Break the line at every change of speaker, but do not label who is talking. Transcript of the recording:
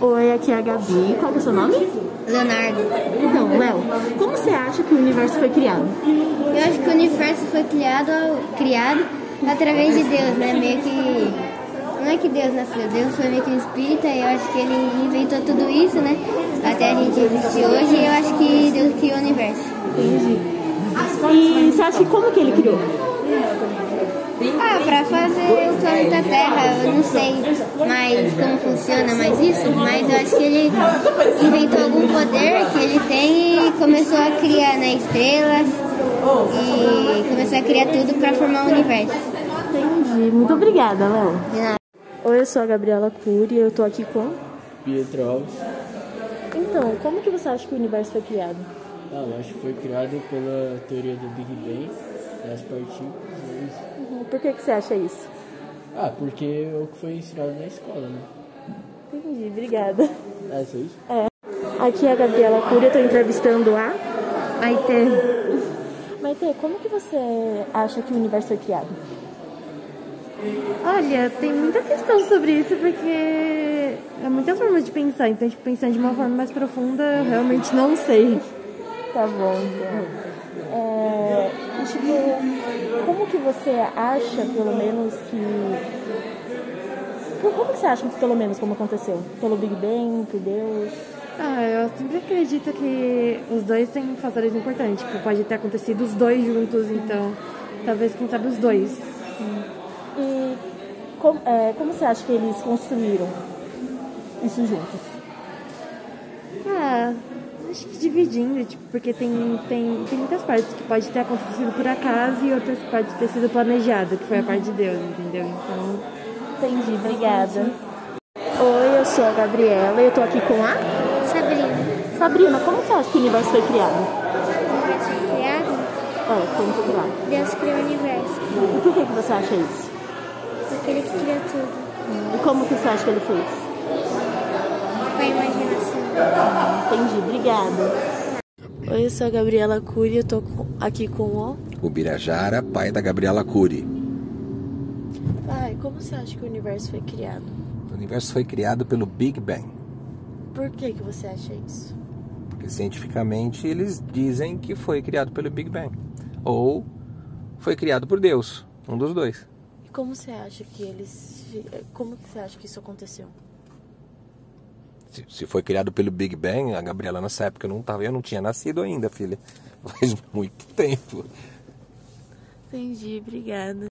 Oi, aqui é a Gabi. Qual que é o seu nome?
Leonardo,
Então, Léo, como você acha que o universo foi criado?
eu acho que o universo foi criado, criado através de Deus, né? Meio que. Não é que Deus nasceu, Deus foi meio que um espírita e eu acho que ele inventou tudo isso, né? Até a gente existir hoje e eu acho que Deus criou o universo.
E você acha que como que ele criou?
Ah, pra fazer o planeta Terra, eu não sei mais como funciona mais isso, mas eu acho que ele inventou algum poder que ele tem e começou a criar né, estrelas e começou a criar tudo pra formar o universo.
Entendi. Muito obrigada, Léo.
De nada.
Oi, eu sou a Gabriela Cury e eu tô aqui com...
Pietro Alves.
Então, como que você acha que o universo foi criado?
Ah, eu acho que foi criado pela teoria do Big Bang, das partículas. é isso.
Por que, que você acha isso?
Ah, porque é o que foi ensinado na escola, né?
Entendi, obrigada.
É isso aí?
Aqui é a Gabriela Cury, eu tô entrevistando a... Maite. Maite, como que você acha que o universo foi criado?
Olha, tem muita questão sobre isso, porque é muitas formas de pensar, então, tipo, pensando de uma forma mais profunda, eu realmente não sei.
Tá bom, então. É, e, tipo, como que você acha, pelo menos, que... Como como que você acha, que, pelo menos, como aconteceu? Pelo Big Bang, por Deus?
Ah, eu sempre acredito que os dois têm fatores importantes, tipo, pode ter acontecido os dois juntos, então, talvez, quem sabe, os dois.
E como, é, como você acha que eles construíram isso juntos?
Ah, acho que dividindo, tipo, porque tem, tem, tem muitas partes que pode ter acontecido por acaso e outras que pode ter sido planejado, que foi a parte de Deus, entendeu? Então...
Entendi, obrigada. Oi, eu sou a Gabriela e eu tô aqui com a...
Sabrina,
Sabrina, como você acha que o universo foi criado?
o universo foi criado,
É, como foi criado.
Deus criou o universo,
E por que, que você acha isso?
porque ele que criou tudo.
E como que você acha que ele fez?
Foi a imaginação.
Entendi, obrigada. Oi, eu sou a Gabriela Cury, eu tô com- aqui com o.
Ubirajara, pai da Gabriela Cury.
Ai, como você acha que o universo foi criado?
O universo foi criado pelo Big Bang,
Por que, que você acha isso?
porque cientificamente eles dizem que foi criado pelo Big Bang, ou foi criado por Deus, um dos dois.
E como você acha que eles. Como que você acha que isso aconteceu?
Se, se foi criado pelo Big Bang, a Gabriela nessa época não tava, eu não tinha nascido ainda, filha. Faz muito tempo.
Entendi, obrigada.